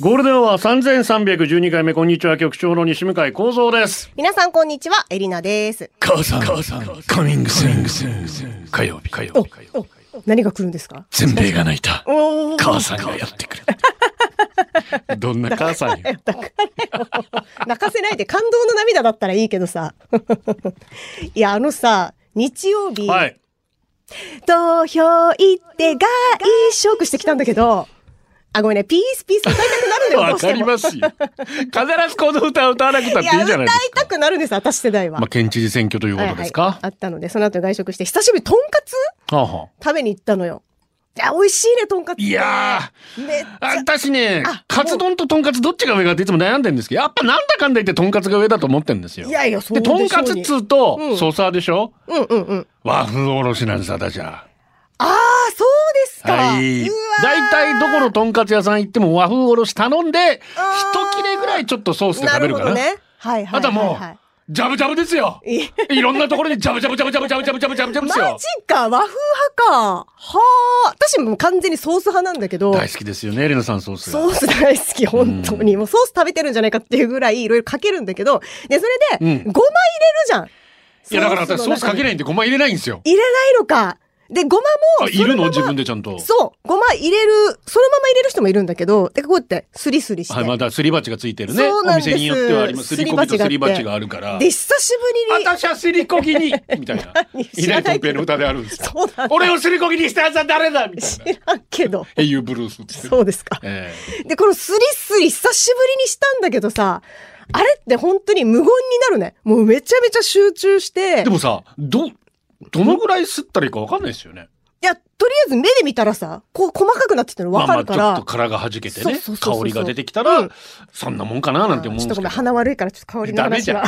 ゴールデンは三千三百十二回目こんにちは局長の西向井光三です。皆さんこんにちは、エリナです。母さん、母さん、カミングスングス火曜日、火曜日、何が来るんですかせんべいが泣いた。おー母さんがやってくれた。どんな母さ んよ。泣かせないで感動の涙だったらいいけどさ。 いや、あのさ、日曜日、はい。投票行って外食してきたんだけど、あ、ごめんね、ピースピース歌いたくなるんだよ、どわうしてかも。りますよ。必ずこの歌を歌わなくたっいていいや、じゃない歌いですか。たくなるんです、私世代は。まあ、県知事選挙というこはいとはいですか。あったので、その後外食して、久しぶりにとんかつはあはあ食べに行ったのよ。いや、美味しいね、とんかつ。いやめっちー、ゃ、私ねあ、カツ丼ととんかつどっちが上かっていつも悩んでるんですけど、やっぱなんだかんだ言ってとんかつが上だと思ってるんですよ。いやいや、そで、うでしょとうんかつっつうとう、んソーサーでしょうんうんうん。和風おろしなんです、私は。ああ、そうですか。はい。うわー大体どこのとんかつ屋さん行っても和風おろし頼んで、一切れぐらいちょっとソースで食べるかな。なるほどね。はいはいはい、はい。あとはもう、ジャブジャブですよ。いやいろんなところにジャブジャブジャブジャブジャブジャブジャブジャブジャブですマよジ。か、和風派か。はあ。私もう完全にソース派なんだけど。大好きですよね、エレナさんソースが。ソース大好き、本当に。もうソース食べてるんじゃないかっていうぐらいいろいろかけるんだけど、で、それで、うん5枚入れるじゃん。。いや、だから私ソースかけないいんでごま入れないんですよ。入れないのか。で、ごまも、あいるのそ自まま分でちゃんと。そう、ごま入れる、そのまま入れる人もいるんだけど、で、こうやって、スリスリして。はい、まだすり鉢がついてるね。そうおなんです店によってはあります。すりこぎとすりすり鉢鉢ががあるからで、。久しぶりに。私はすりこぎにみたいな。いないとんぺいの歌であるんですよ。そうなんだ。俺をすりこぎにしたやつは誰だみたいな。知らん けど。英雄ブルースって言ってる。そうですか。ええで、このスリスリ久しぶりにしたんだけどさ、あれって本当に無言になるね。もうめちゃめちゃ集中して。でもさ、ど、どのぐらい吸ったらいいかわかんないですよね。いや、とりあえず目で見たらさ、こう細かくなってたの分かるから。まあまあちょっと殻が弾けてそうねそう、そう香そうりが出てきたら、うんそんなもんかななんて思うんちょでっとすけごどめん、。鼻悪いからちょっと香りの話は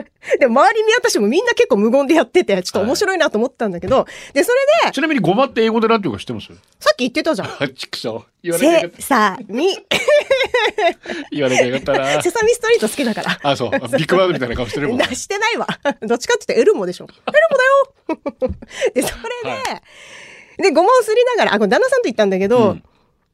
ダ。 でも周り見渡してもみんな結構無言でやってて、ちょっと面白いなと思ったんだけど、で、それで、ちなみにごまって英語でなんていうか知ってますさっき言ってたじゃん。あ、ちくしょう。言わなきゃよセかっサミ、た。言わなきゃよかったな セ。サミストリート好きだから。あ、そう。ビッグワードみたいな顔してるもん。なしてないわ。 どっちかって言ってエルモでしょ。エルモだよ で、それで、で、ごまをすりながら、あ、これ旦那さんと言ったんだけど、うん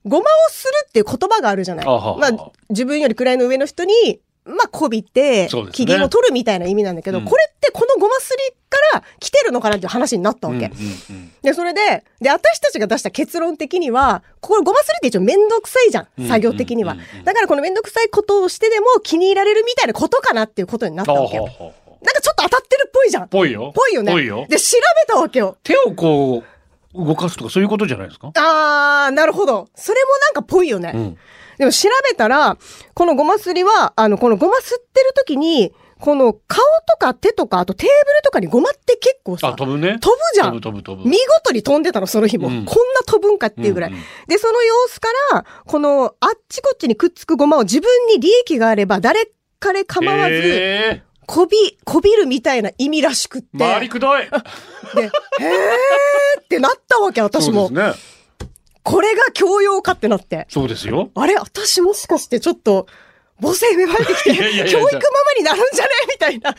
ごまをするっていう言葉があるじゃない。あははまあ、自分より位の上の人に、まあ、こびて、そうですね機嫌を取るみたいな意味なんだけど、うんこれってこのごますりから来てるのかなっていう話になったわけ。うんうんうんで、それで、で、私たちが出した結論的には、これごますりって一応めんどくさいじゃうんん、作業的にはうんうんうん。だからこのめんどくさいことをしてでも気に入られるみたいなことかなっていうことになったあわけよは。ははなんかちょっと当たってるっぽいじゃん。ぽいよ。ぽいよね。ぽいよ。で、調べたわけよ。手をこう、動かすとかそういうことじゃないですかあー、なるほど。それもなんかぽいよね。うん。でも調べたら、このごますりは、あの、このごますってる時に、この顔とか手とか、あとテーブルとかにごまって結構さ、あ、飛ぶね。飛ぶじゃん。飛ぶ飛ぶ飛ぶ見。事に飛んでたの、その日も。うんこんな飛ぶんかっていうぐらい。うんうんで、その様子から、この、あっちこっちにくっつくごまを自分に利益があれば、誰彼構わず、ええこび、こびるみたいな意味らしくって。 回りくどい。で、へーってなったわけ、私も。そうですね。これが教養かってなって。そうですよ。あれ、私もしかしてちょっと、母性芽生えていきやいやいやて、教育ママになるんじゃねみたいな。ち ょ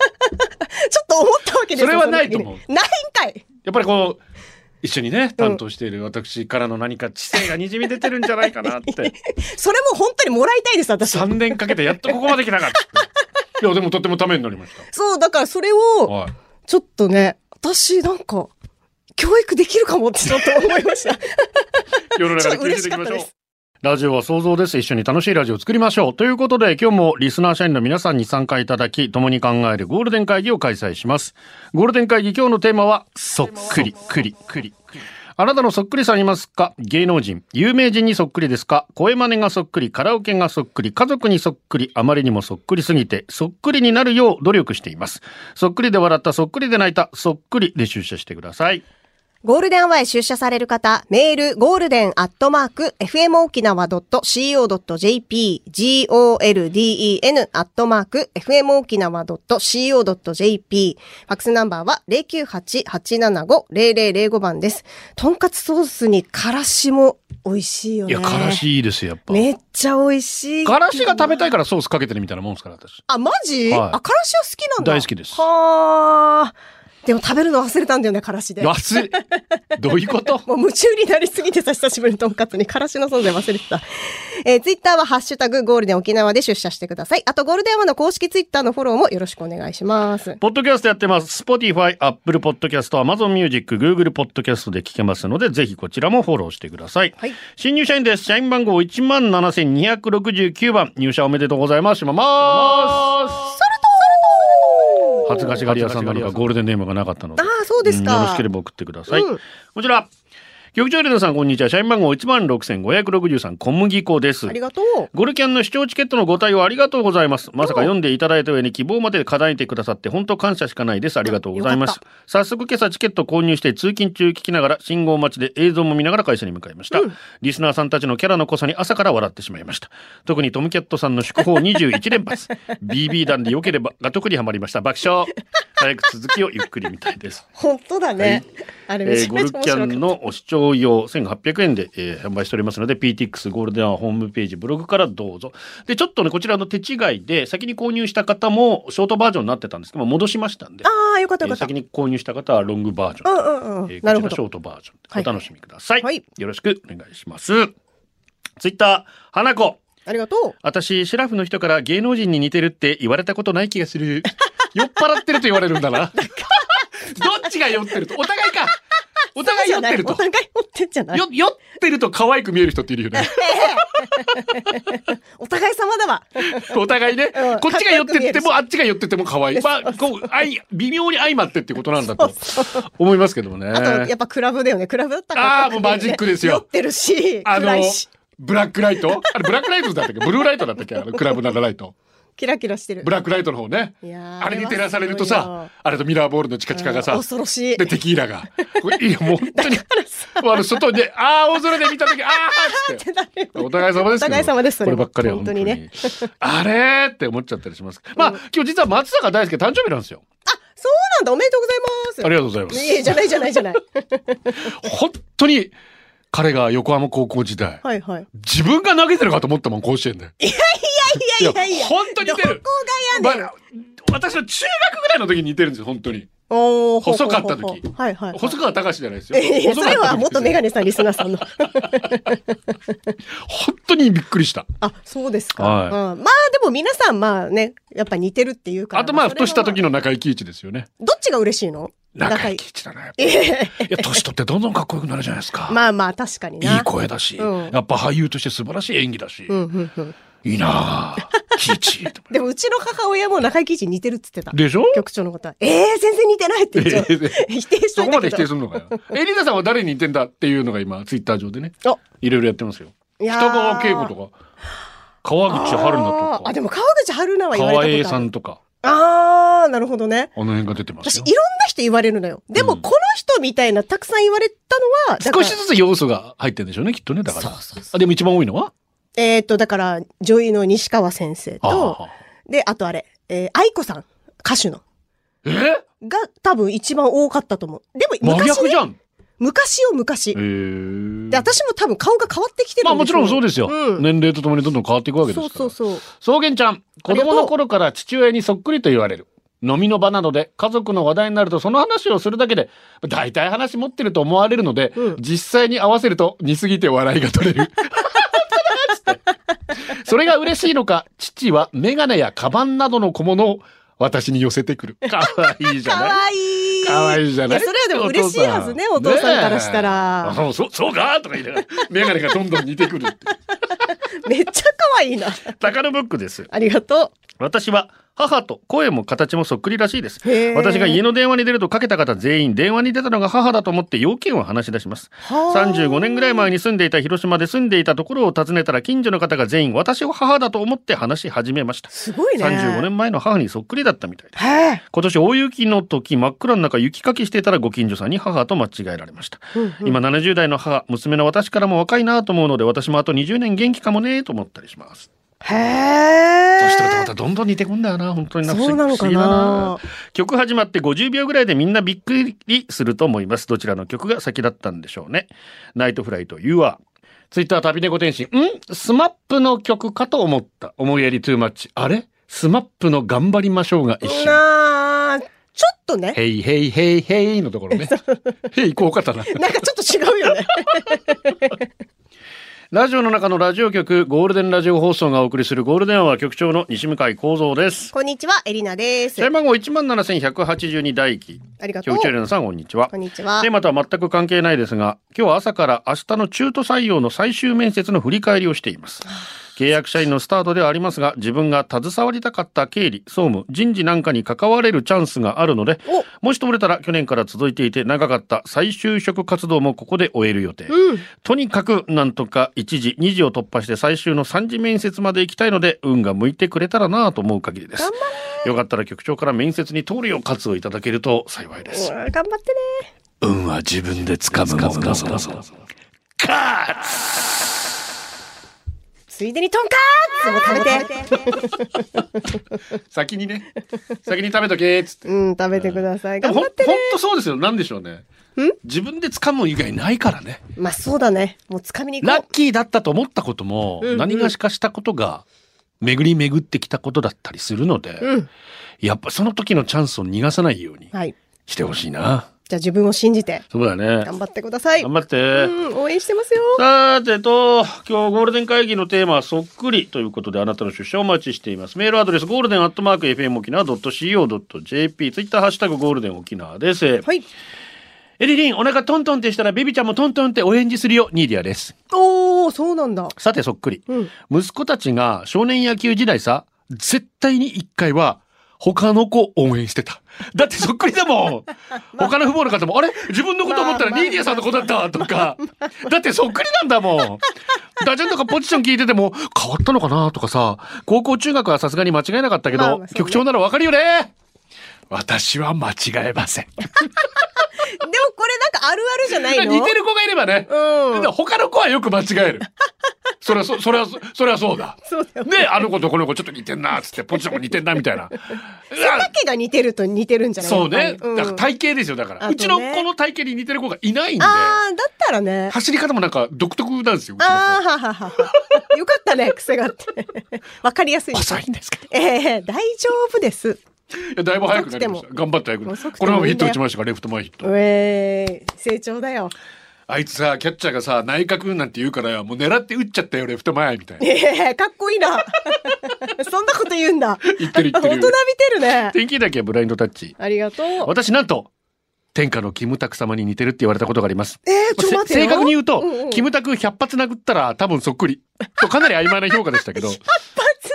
っと思ったわけですよそれはのな時いと思にないんかい。やっぱりこう一緒にね担当している私からの何か知性がにじみ出てるんじゃないかなってそれも本当にもらいたいです、私。 3年かけてやっとここまで来なかった。いやでもとってもためになりましそう、だからそれた。を、はい。ちょっとね、私なんか、教育できるかもってちょっと思いました。世の中で吸収できましょう。ラジオは想像です。一緒に楽しいラジオを作りましょう。ということで、今日もリスナー社員の皆さんに参加いただき、共に考えるゴールデン会議を開催します。ゴールデン会議、今日のテーマは、そっくり、くり、くり。あなたのそっくりさんいますか芸能人、有名人にそっくりですか声真似がそっくり、カラオケがそっくり、家族にそっくり、あまりにもそっくりすぎて、そっくりになるよう努力しています。そっくりで笑った、そっくりで泣いた、そっくりで出社してください。 ゴールデンアワーへ出社される方、メール、ゴールデンアットマーク、fmokinawa.co.jp、golden アットマーク、fmokinawa.co.jp、ファックスナンバーは098-875-0005番です。とんかつソースにからしも美味しいよいね。や、からしいいですよ、やっぱ。めっちゃ美味しい。からしが食べたいからソースかけてるみたいなもんですから、私。あ、マジ、はいあ、からしは好きなんだ。大好きですはあ。でも食べるの忘れたんだよね、からしで。安い。どういう こともう夢中になりすぎてさ、久しぶりにとんかつにからしの存在忘れてた。えー、ツイッターはハッシュタグゴールデン沖縄で出社してください。あとゴールデンアワーの公式ツイッターのフォローもよろしくお願いします。ポッドキャストやってます。Spotify、Apple Podcast、Amazon Music、Google Podcast で聞けますので、ぜひこちらもフォローしてください。はい新入社員です。社員番号17,269番。入社おめでとうございます。しまます。恥ずかしがり屋さんなのか、ゴールデンネームがなかったので。ああ、そうですか。うんよろしければ送ってください。うんこちら。局長レナさん、こんにちは。社員番号16,563小麦粉です。ありがとう。ゴルキャンの視聴チケットのご対応ありがとうございます。まさか読んでいただいた上に希望まで叶えてくださって本当感謝しかないです。ありがとうございまよす。早速今朝チケット購入して通勤中聞きながら信号待ちで映像も見ながら会社に向かいました。リスナーさんたちのキャラの濃さに朝から笑ってしまいました。特にトムキャットさんの祝砲21連発。BB 弾で良ければが特にハマりました。爆笑。早く続きをゆっくり見たいです。本当だね。あ れめえちーゃゴめルちゃ面キ白かャったンの視聴用1800円で、えー販売しておりますので PTX ゴールデンアワーホームページブログからどうぞでちょっとねこちらの手違いで先に購入した方もショートバージョンになってたんですけど戻しましたんで、ああ、よかったえよかーった。先に購入した方はロングバージョうン、んうんうん。えーなるこほちらショーど。トバージョはンいでお楽しみください、はいよろしくお願いしますツイッター花子ありがと私シラフの人から芸能人に似てるって言われたことない気がする酔っ払ってると言われるんだな どっちが酔ってるとお互いかおう。互い酔ってるおと互い持ってんじゃないよ酔ってると可愛く見える人っているよ ね。お互い様だわ。お互いねう。んこっちが寄ってってかっこよく見えるしも、あっちが寄ってっても可愛い。まあ、こう、相、微妙に相まってってことなんだと思いますけどもね。あと、やっぱクラブだよね。クラブだったから。あーもうマジックですよ酔ってるし、あの暗いし、、ブラックライトあれ、ブラックライトだったっけブルーライトだったっけ あの、クラブなライト。キラキラしてるブ。ラックライトの方ね。いやーあれに照らされるとあれはすごいさよ、あれとミラーボールのチカチカがさ、うん恐ろしいで、テキーラ が。これいや、もう本当に、あの、外で、ああ、大空で見た時ああっつって。 お互い様ですけどお互い様ですそこれれはばっかりは本当本当ににねね。あれーって思っちゃったりします。まあ、今日実は松坂大輔誕生日なんですよ。 そうなんだ。おめでとうございます。ありがとうございます。いえ、じゃないじゃないじゃない。本当に、彼が横浜高校時代、は いはい。自分が投げてるかと思ったもん、甲子園で。いやいやいやいや。本当に似てるどこがやねん。まあ私の中学ぐらいの時に似てるんですよ、本当に。おーほうほ細うかほうった時。はいはい。細川隆史じゃないですよ。いやそ細れかったは時元メガネさん、リスナーさんの。 本当にびっくりした。あ、そうですか。はいうん、まあでも皆さん、まあね、やっぱ似てるっていうから。あとまあ、ふとした時の。の中井貴一ですよね。どっちが嬉しいの中い井貴一だな、やっぱりいや、年取ってどんどんかっこよくなるじゃないですか。まあまあ、確かにな。いい声だし、うんやっぱ俳優として素晴らしい演技だし、うんうんうん。いいなあキイチと思でもうちの母親も中井貴一似てるっつってたって。でしょ局長のことは。ええ全然似てないって言っちゃう。否定しそといこまでた否け定ど。するのかよ。エリナさんは誰に似てんだっていうのが今、ツイッター上でね、あいろいろやってますよ。いやー北川景子とか、川口春奈あとーあ、でか、も川口春奈は言わ川れ栄たこさとある。んとか、ああ、なるほどね。あの辺が出てます私、いよろん。な人言われるのよ。でも、うんこの人みたいな、たくさん言われたのは、だか少しらずつ要素が入ってるんでしょうね、きっとね、だから。そうそうそうあでも一番多いのはえーっと、だから、女優の西川先生と、ああで、あとあれ、えー、愛子さん、歌手の、えが多分一番多かったと思う。でも、真昔、逆じね、ゃん昔よ、昔え。ーで、私も多分顔が変わってきてるまあもちろんそうですよ。うん年齢とともにどんどん変わっていくわけですかそうら。そうそう。草原ちゃん、子供の頃から父親にそっくりと言われる。飲みの場などで家族の話題になるとその話をするだけで大体話持ってると思われるので、うん実際に合わせると似すぎて笑いが取れる。 それが嬉しいのか、父はメガネやカバンなどの小物を私に寄せてくる。かわいいじゃかないわいい。可愛いじゃないや、それはでも嬉しいはずね、お父さんからしたら。ねえあそう そうかとか言いながら、メガネがどんどん似てくるって。 めっちゃ可愛いな。タカノブックです。ありがと私は母と声も形もそっくりらしいですへー私が家の電話に出るとかけた方全員電話に出たのが母だと思って要件を話し出しますはあ35年ぐらい前に住んでいた広島で住んでいたところを訪ねたら近所の方が全員私を母だと思って話し始めましたすごいね。 35年前の母にそっくりだったみたいですへえ。今年大雪の時真っ暗の中雪かきしていたらご近所さんに母と間違えられました、今70代の母娘の私からも若いなと思うので私もあと20年元気かもねと思ったりしますへ年取るとえま。たどんどん似てくんだよな本当になそうなのか不な思議だ曲始まって50秒ぐらいでみんなびっくりすると思いますどちらの曲が先だったんでしょうねナイトフライと You Are ツイッター旅猫天使んスマップの曲かと思った思いやりトゥーマッチあれスマップの頑張りましょうが一緒なあ、ちょっとね。ヘイヘイヘイヘイのところ ね。ヘイ効果だな。なんかちょっと違うよね。 ラジオの中のラジオ局、ゴールデンラジオ放送がお送りするゴールデンは局長の西向井幸三です。こんにちは、エリナです社。員番号17182大輝。ありがとう局。長エレナさん、こんにちはこん。にちはで、。また全く関係ないですが、今日は朝から明日の中途採用の最終面接の振り返りをしています。契約社員のスタートではありますが、自分が携わりたかった経理、総務、人事なんかに関われるチャンスがあるので、お、もし取れたら去年から続いていて長かった再就職活動もここで終える予定。うん。とにかくなんとか1時、2時を突破して最終の3時面接まで行きたいので運が向いてくれたらなぁと思う限りです。よかったら局長から面接に通るよう活をいただけると幸いです。頑張ってね。運は自分で掴むものだぞ。ついでにトンカーツも食べて。先に ね。先に食べとけーっつって。うん、食べてください。でも頑ほん張ってほね。んとそうですよ。なんでしょうね。自分で掴む以外ないからね。まあそうだね。もう掴みに行ラこッキーだったと思ったことも、うんうん何がしかしたことが巡り巡ってきたことだったりするので、う。うん。やっぱその時のチャンスを逃がさないようにはい。してほしいな。じゃあ自分を信じてそうだね。頑張ってください。頑張って。うん、応援してますよ。さてと、今日ゴールデン会議のテーマはそっくりということで、あなたの出社をお待ちしています。メールアドレス、ゴールデンアットマーク FM 沖縄 .co.jp、ツイッターハッシュタグゴールデン沖縄です。はい。エリリン、お腹トントンってしたら、ベビちゃんもトントンってお返事するよ、ニーディアです。おー、そうなんだ。さてそっくり。うん。息子たちが少年野球時代さ、絶対に一回は他の子応援してた。だってそっくりだ もん。他の父母の方も、あれ自分のこと思ったらまあニーディアさんの子だったとか。だってそっくりなんだもん。ダジャンとかポジション聞いてても変わったのかなとかさ、高校中学はさすがに間違えなかったけど、まあまあそうね局長ならわかるよね。私は間違えません。でもこれなんかあるあるじゃないの似てる子がいればね。うんで。他の子はよく間違える。それはそ、それはそ、それはそうだ。そうだよ。ねあの子とこの子ちょっと似てんなっつっ てポジションも似てんなみたいな。だけが似てると似てるんじゃないそうね、だやっからぱり体型ですよだから、あとうねちの子の体型に似てる子がいないんうんでああ、だったらね。走り方もなんか独特なんですようちのああ、はははは。よかったね、癖があって。わかりやすい子。細いんですけどええ大丈夫です。いやだいぶ早くなりました遅くても頑張って早くな遅くてもこのままヒット打ちましたからレフト前ヒット、ええ成長だよ。あいつさキャッチャーがさ内角なんて言うからもう狙って打っちゃったよレフト前みたいなええかっこいいな。 そんなこと言うんだ。言ってる言って大人るびてるね。天気だけはブラインドタッチありがとう。私なんと天下のキムタク様に似てるって言われたことがありますええちょっと待って正よ。確に言うと、んうんキムタク100発殴ったら多分そっくりとかなり曖昧な評価でしたけど 100, 発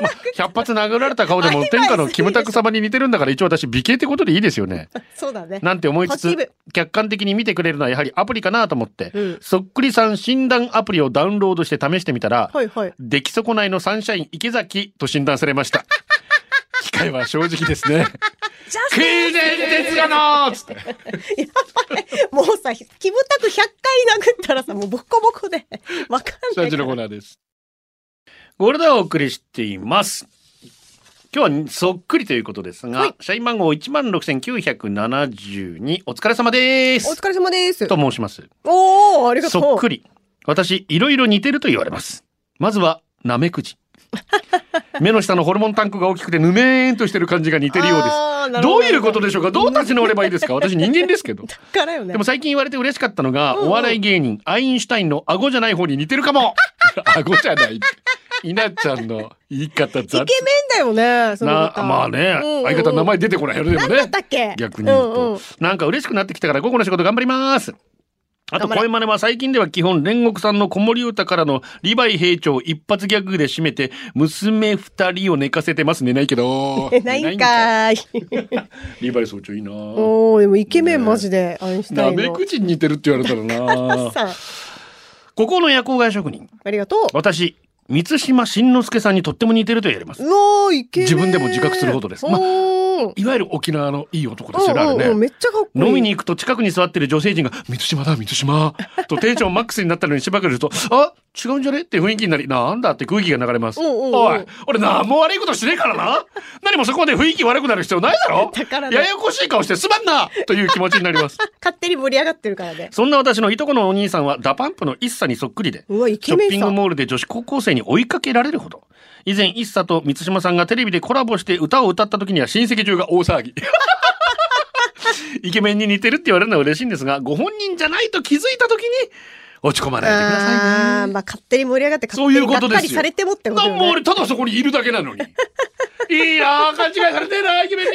殴発殴られた顔でも曖昧すぎる天下のキムタク様に似てるんだから一応私美形ってことでいいですよ ねそうだね。なんて思いつポジつティ客観的に見てくれるのはやはりアプリかなと思って、うんそっくりさん診断アプリをダウンロードして試してみたら、はいはい。出来損ないのサンシャイン池崎と診断されました 機械は正直ですね空前哲也のつってやばい。もうさ、キムタク100回殴ったらさ、もうボコボ コで、わかんスなタいジかオのコーら。ナーです。ゴールデンをお送りしています。今日はそっくりということですが、社員番号一万六千九百七十二お疲れ様でおす。疲れ様ですと。申します。おお、ありがとう。そっくり。私いろいろ似てると言われます。まずはナメク ジ。目の下のホルモンタンクが大きくてぬめーんとしてる感じが似てるようです。あーなるどほういうことでしょうか。どう立ち直ればいいですか。私人間ですけど。からよね。でも最近言われて嬉しかったのが、うんうんお笑い芸人アインシュタインの顎じゃない方に似てるか も顎じゃない稲ちゃんの言い方雑イケメンだよね、そのな方まあね、うんうん相方の名前出てこないよねでもなんだねったっけ逆に言うと、うんうんなんか嬉しくなってきたから午後の仕事頑張りますあと、頑張声れ真似は最近では基本、煉獄さんの子守歌からのリヴァイ兵長一発ギャグで締めて、娘二人を寝かせてます。寝ないけ ど。えないんかーい。い。リヴァイ総長いいなぁおー、でもイケメンマジで、アインシュタイなンめの。くじに似てるって言われたら なさあ、ここの夜行外職人。ありがとう。私、満島真之介さんにとっても似てると言われます。うおー、イケメン。自分でも自覚するほどですまあおーいわゆる沖縄のいい男ですよね、あうんうんれうんね。めっちゃかっこいい。飲みに行くと近くに座ってる女性陣が、三島だ、三島とテンションマックスになったのにしばかりすると、あ違うんじゃねって雰囲気になり、なんだって空気が流れます。うんうんうんおい、俺何も悪いことしてねえからな何もそこまで雰囲気悪くなる必要ないだろだからねややこしい顔してすまんなという気持ちになります。勝手に盛り上がってるからね。そんな私のいとこのお兄さんはダパンプの一茶にそっくりで、うわ、イシケョメッンピンさグん。モールで女子高校生に追いかけられるほど。以前、一茶と満島さんがテレビでコラボして歌を歌った時には親戚中が大騒ぎ。イケメンに似てるって言われるのは嬉しいんですが、ご本人じゃないと気づいた時に落ち込まないでくださいね。あーまあ、勝手に盛り上がって、勝そう手いにうがこっとかでりすよ。されてもってことよなんもね。俺ただそこにいるだけなのに。いいなあ勘違いされてえなイケメ ン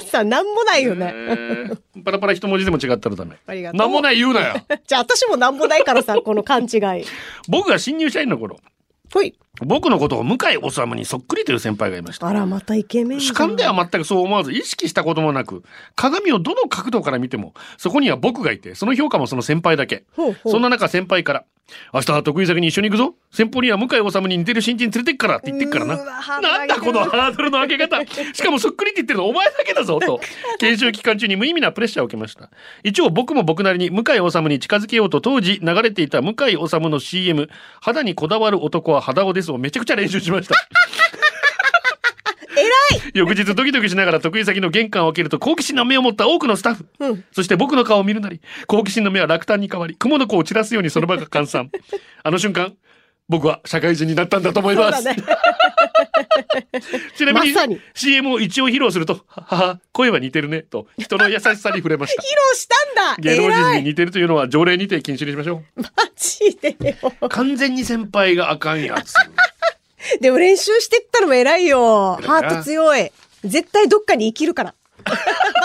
に。さあ、なんもないよね。えーパラパラ一文字でも違ったらダメ。ありがとうなんもない言うなよ。じゃあ、私もなんもな いからさ、この勘違い。僕が新入社員の頃、ほい。僕のことを向井治にそっくりという先輩がいました。あら、またイケメンじゃん。主観では全くそう思わず意識したこともなく鏡をどの角度から見てもそこには僕がいてその評価もその先輩だけほうほうそんな中先輩から「明日は得意先に一緒に行くぞ先方には向井治に似てる新人連れてっから」って言ってっからうーわハなーなドル上んだげてるこのハードルの上げ方しかもそっくりって言ってるのお前だけだぞと研修期間中に無意味なプレッシャーを受けました一応僕も僕なりに向井治に近づけようと当時流れていた向井治の CM「肌にこだわる男は肌をです」をめちゃくちゃ練習しました 翌日ドキドキしながら得意先の玄関を開けると好奇心の目を持った多くのスタッフ、そして僕の顔を見るなり好奇心の目は落胆に変わり雲の子を散らすようにその場が換算あの瞬間僕は社会人になったんだと思います、そうだねちなみにまさに CM を一応披露すると「はは声は似てるね」と人の優しさに触れました披露したんだ芸能人 偉いに似てるというのは条例にて禁止にしましょマジでよ。う完全に先輩があかんやつでも練習してったのも偉いよ。偉いなハート強い。絶対どっかに生きるから。 ま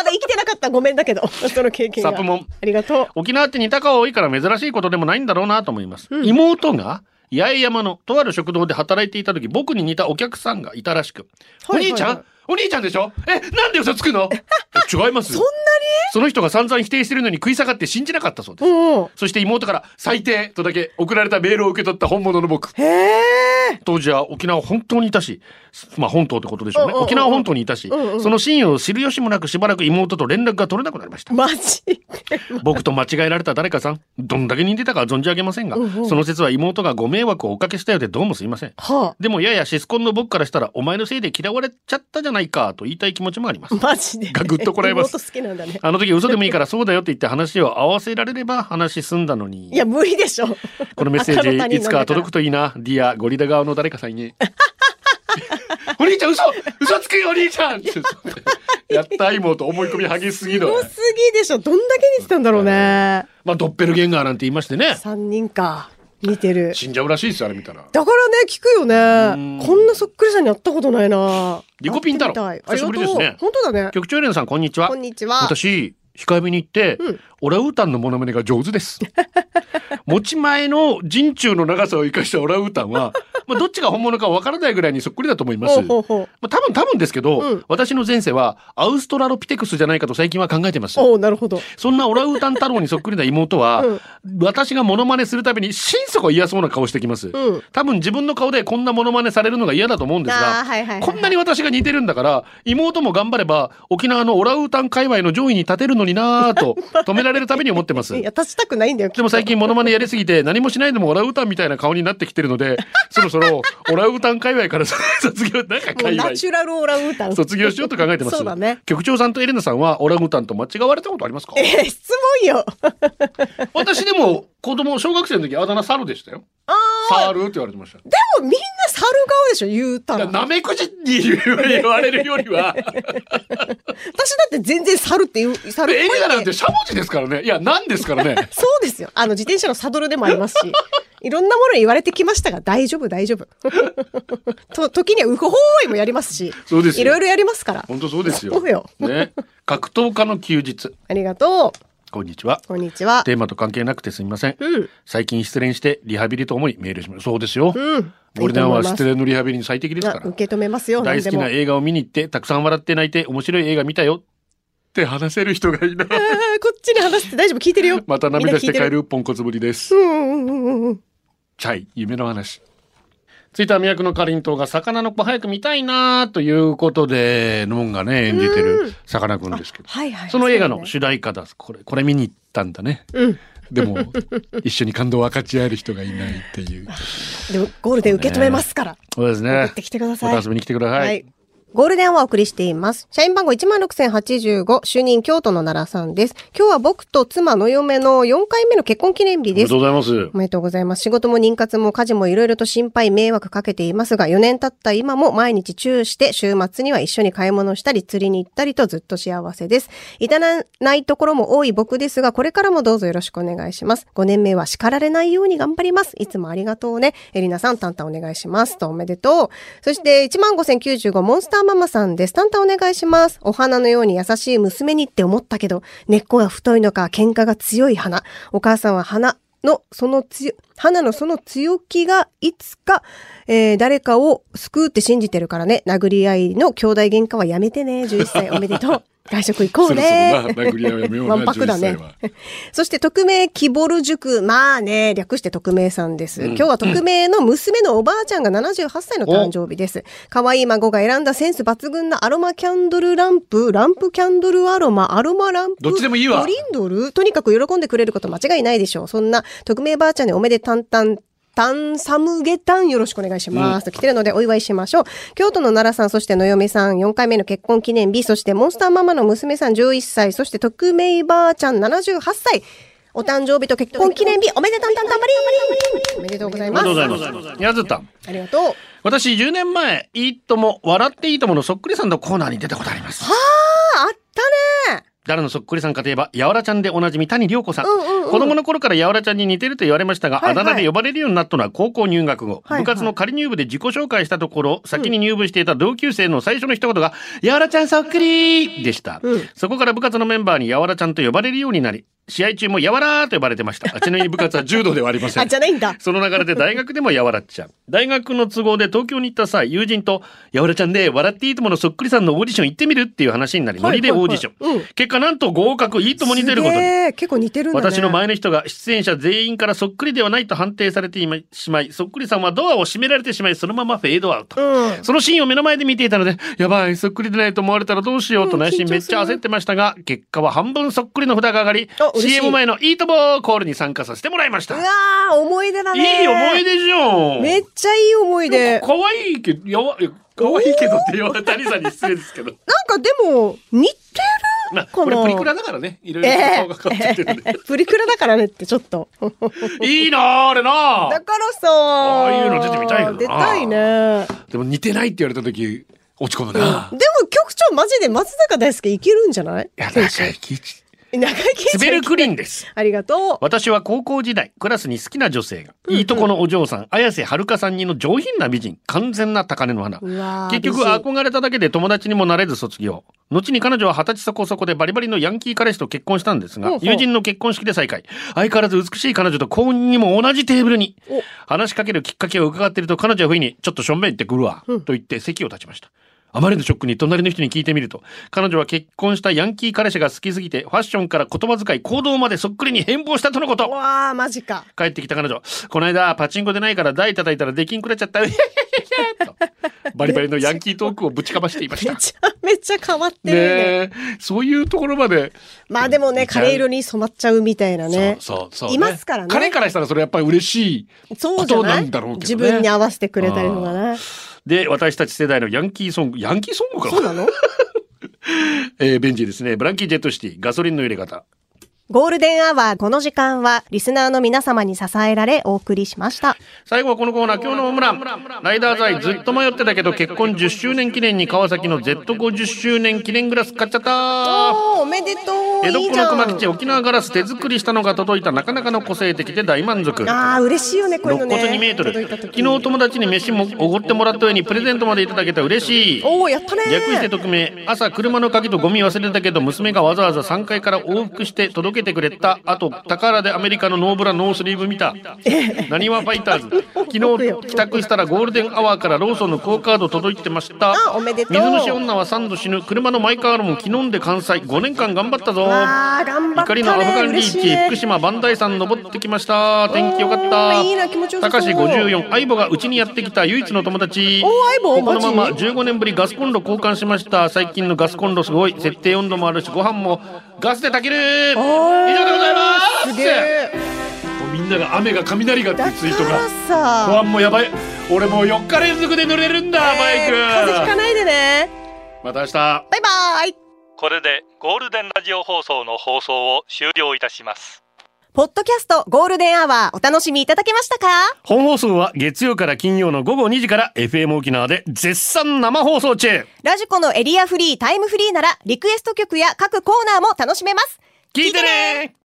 だ生きてなかったらごめんだけど、その経験が。サプモンありがとう。 沖縄って似た顔多いから珍しいことでもないんだろうなと思います。妹が八重山のとある食堂で働いていた時僕に似たお客さんがいたらしく「はいはいはおい兄ちゃんお兄ちゃんでしょえなんで嘘つくの違いますそんなその人が散々否定してるのに食い下がって信じなかったそうです。にうん。そして妹から「最低」とだけ送られたメールを受け取った本物の僕。へえ。当時は沖縄本島にいたし、まあ本島ってことでしょうね。うんうんうん沖縄本島にいたし、うんうんその真意を知る由もなくしばらく妹と連絡が取れなくなりました。マジで。僕と間違えられた誰かさんどんだけ似てたかは存じ上げませんが、うんうんその説は妹がご迷惑をおかけしたようでどうもすいませんはでもややシスコンの僕からしたらお前のせいで嫌われちゃったじゃないかと言いたい気持ちもありますあ。マジで。がぐっとこらえます妹好きなんだね。あの時嘘でもいいからそうだよって言って話を合わせられれば話済んだのにいや、無理でしょ。このメッセ赤の他ージい人つか届くといいなディアゴリラ側の誰かさんに お兄ちゃん嘘嘘つけよお兄ち ゃんってやった妹思い込み激しすぎる多すぎでしょ。どんだけ似てたんだろうね。まあドッペルゲンガーなんて言いましてね3人か。似てる。死んじゃうらしいですよあれ見たらだからね、聞くよねん。こんなそっくりさんに会ったことないな。リコピン太郎会ってみたいありがと久しぶうりですね本当だね。局長エレンさんこんにちはこんにちは。私控えめに言って、うんオランウータンのモノマネが上手です 持ち前の人中の長さを生かしたオランウータンは、まあ、どっちが本物かわからないぐらいにそっくりだと思いますほうほうまほう。あ、多分多分ですけど、うん私の前世はアウストラロピテクスじゃないかと最近は考えてますおおなるほど。そんなオランウータン太郎にそっくりな妹は、私がモノマネするたびに心底嫌そうな顔してきます、うん多分自分の顔でこんなモノマネされるのが嫌だと思うんですあーが、はいはいはいこんなに私が似てるんだから妹も頑張れば沖縄のオランウータン界隈の上位に立てるのになぁ と止められるために思ってますいや、立ちたくないんだよ。でも最近モノマネやりすぎて何もしないでもオランウータンみたいな顔になってきてるのでそろそ ろオランウータン界隈から卒業なんかもう界隈ナチュラルオランウータ ン。卒業しようと考えてますそうだね。局長さんとエレナさんはオランウータンと間違われたことありますかえー、質問よ。私でも子供小学生の時あだ名サルでしたよああ。サルって言われてましたでもみんな猿顔でしょ、言うたら。私だなめくじに言われるより はって全然猿って言う、猿っエぽリいっナてなんてしゃもじですからねいやなんですから ねそうですよ。あの、自転車のサドルでもあります し。いろんなものに言われてきましたが、大丈夫、大丈夫。 と、時にはウホホーイもやりますし。そうですよいろいろやりますから。本当そうですよそうよね格闘家の休日ありがとう。こんにちは。こんにちは。テーマと関係なくてすみません。うん。最近失恋してリハビリと思いメールします。そうですよ。うん。ゴールデンは失いい恋のリハビリに最適でとす思いからますあ。受け止めますよ。大好きな何でも映画を見に行って、たくさん笑って泣いて、面白い映画見たよって話せる人がいない。あーこっちに話して大丈夫聞いてるよ。また涙して帰みんな聞いるポンコツぶりです。てる。うんうんうんうん。チャイ、夢の話。ツイッター魅惑のかりんとうが魚の子早く見たいなということで、のんがね、演じてるさかなクンですけど、はいはい。その映画うのね主題歌だ。これ、これ見に行ったんだね。うん。でも、一緒に感動を分かち合える人がいないって いう。でもゴールデン受け止めますから。そうです送ねっ。てきてくださまたい。遊びに来てください。はい。ゴールデンはお送りしています。社員番号16,085、主任京都の奈良さんです。今日は僕と妻の嫁の4回目の結婚記念日ありでがすとう。ございますお。めでとうございます。仕事も妊活も家事もいろいろと心配、迷惑かけていますが、4年経った今も毎日チューして、週末には一緒に買い物したり、釣りに行ったりとずっと幸せです。至らないところも多い僕ですが、これからもどうぞよろしくお願いします。5年目は叱られないように頑張ります。いつもありがとうね。エリナさん、タンタンお願いします。とおめでとう。そして、15,095モンスターママさんです。タンタンお願いします。お花のように優しい娘にって思ったけど、根っこが太いのか、喧嘩が強い花。お母さんは花、の、その強、花のその強気がいつか、えー誰かを救うって信じてるからね。殴り合いの兄弟喧嘩はやめてね。11歳おめでと う。外食行こうね。そろそろな殴り合いはやめような わんぱくだね11歳は。そして匿名、キボル塾。まあね、略して匿名さんです。今日は匿名の娘のおばあちゃんが78歳の誕生日です。可愛い孫が選んだセンス抜群なアロマキャンドルランプ、ランプキャンドルアロマ、アロマランプ。どっちでもいいわドリンドルとにかく喜んでくれること間違いないでしょう。そんな匿名ばあちゃんにおめでたんたん。タンサムゲタンよろしくお願いします、と来てるのでお祝いしましょう。京都の奈良さん、そしての嫁さん、4回目の結婚記念日、そしてモンスターママの娘さん11歳、そして匿名ばあちゃん78歳、お誕生日と結婚記念日、おめでとうたんたんばりーんおめでとうございあまりす。がとうございます。やずたん。ありがとう。私10年前、いいとも、笑っていいとものそっくりさんのコーナーに出たことあります。あ、あったね誰のそっくりさんかといえば、やわらちゃんでおなじみ谷涼子さん。うんうんうん子供の頃からやわらちゃんに似てると言われましたが、はいはいあだ名で呼ばれるようになったのは高校入学後、はいはい部活の仮入部で自己紹介したところ、先に入部していた同級生の最初の一言が、やわらちゃんそっくりでした、うんそこから部活のメンバーにやわらちゃんと呼ばれるようになり、試合中もやわらーと呼ばれてま した。あちなみに部活は柔道ではありません。あ、じゃないんだ。その流れで大学でもやわらっちゃん。大学の都合で東京に行った際、友人と、やわらちゃんで、笑っていいとものそっくりさんのオーディション行ってみるっていう話になり、ノリでオーディション。はいはいはいうん結果、なんと合格、いいともに出ることすに。げー結構似てるんだね。私の前の人が出演者全員からそっくりではないと判定されていましまい、そっくりさんはドアを閉められてしまい、そのままフェードアウト。うん。そのシーンを目の前で見ていたので、やばい、そっくりでないと思われたらどうしようと内心うん緊張するめっちゃ焦ってましたが、結果は半分そっくりの札が上がりあ、嬉しい CM 前のいいともコールに参加させてもらいましうた。わー、思い出だね。いい思い出じゃん。めっちゃいい思い出。可愛いけど、やわ、可愛いけどって言われたりさんに失礼ですけど。 なんかでも、似てまあ、るかこなれプリクラだからね。いろいろえ顔が変わってきて るんで。えプリクラだからねってちょっと。いいなあ、あれなだあ。からさあああいうの出てみたいよな出たいね。でも似てないって言われた時、落ち込むな。でも局長マジで松坂大輔いけるんじゃないいや、中井貴一。長生きスベルクリンです。ありがとう。私は高校時代、クラスに好きな女性が、いいとこのお嬢さん、綾瀬はるかさんにの上品な美人、完全な高嶺の花。うわー結局嬉しい憧れただけで友達にもなれず卒業後に彼女は二十歳そこそこでバリバリのヤンキー彼氏と結婚したんですがほうほう友人の結婚式で再会相変わらず美しい彼女と幸運にも同じテーブルにお話しかけるきっかけを伺っていると彼女は不意に「ちょっとしょんべん行ってくるわ」と言って席を立ちましたあまりのショックに隣の人に聞いてみると彼女は結婚したヤンキー彼氏が好きすぎてファッションから言葉遣い行動までそっくりに変貌したとのことうわあ、マジか。帰ってきた彼女、この間パチンコでないから台叩いたら出禁くれちゃった。うへへへへ とバリバリのヤンキートークをぶちかましていましめた。ちねゃめちゃ変わってるね。え、そういうところまで。まあでもね、めちゃカレー色に染まっちゃうみたいなね。そうそうそう、いますからね彼からしたらそれやっぱり嬉しい。そうじゃなあとないんだろうけ自どね分に合わせてくれたりとかね。で、私たち世代のヤンキーソング、ヤンキーソングかそうなのえーベンジですね。ブランキー・ジェット・シティ、ガソリンの入れ方。ゴールデンアワー、この時間は、リスナーの皆様に支えられ、お送りしました。最後はこのコーナー、今日のホームラン。ライダーズアイずっと迷ってたけど、結婚10周年記念に川崎の Z50 周年記念グラス買っちゃったおーおめでとう江戸いっい子じゃのん熊吉沖縄ガラス手作りしたのが届いたなかなかの個性的で大満足ああ、嬉しいよね、こういうの肋骨2ね。メートル届いた昨時日友達に飯もおごってもらった上にプレゼントまでいただけたら嬉しいおお、やったね略して匿名朝車の鍵とゴミ忘れたけど娘がわざわざ3階から往復して届受けてくれた。あと、宝でアメリカのノーブラノースリーブ見た。なにわファイターズ。昨日帰宅したらゴールデンアワーからローソンのクオカード届いてました。あおめでとう水虫女は3度死ぬ。車のマイカーロも昨日で関西。5年間頑張ったぞ。あー頑張った怒ねりのアフガンリー嬉しチ、いね福島バンダイ山登ってきました天気よかったおーいいな気持ちよさ高そう橋54相棒がうちにやってきた唯一の友達おー相棒このままマジ15年ぶりガスコンロ交換しました最近のガスコンロすごい設定温度もあるしご飯もガスで炊ける以上でございますすげえもうみんなが雨が雷がっていだうツイートがから不さ安もやばい俺もう4日連続で濡れるんだバイク、風邪ひかないでねまた明日バイバーイこれでゴールデンラジオ放送の放送を終了いたしますポッドキャストゴールデンアワーお楽しみいただけましたか本放送は月曜から金曜の午後2時から FM 沖縄で絶賛生放送中ラジコのエリアフリータイムフリーならリクエスト曲や各コーナーも楽しめます聞いてね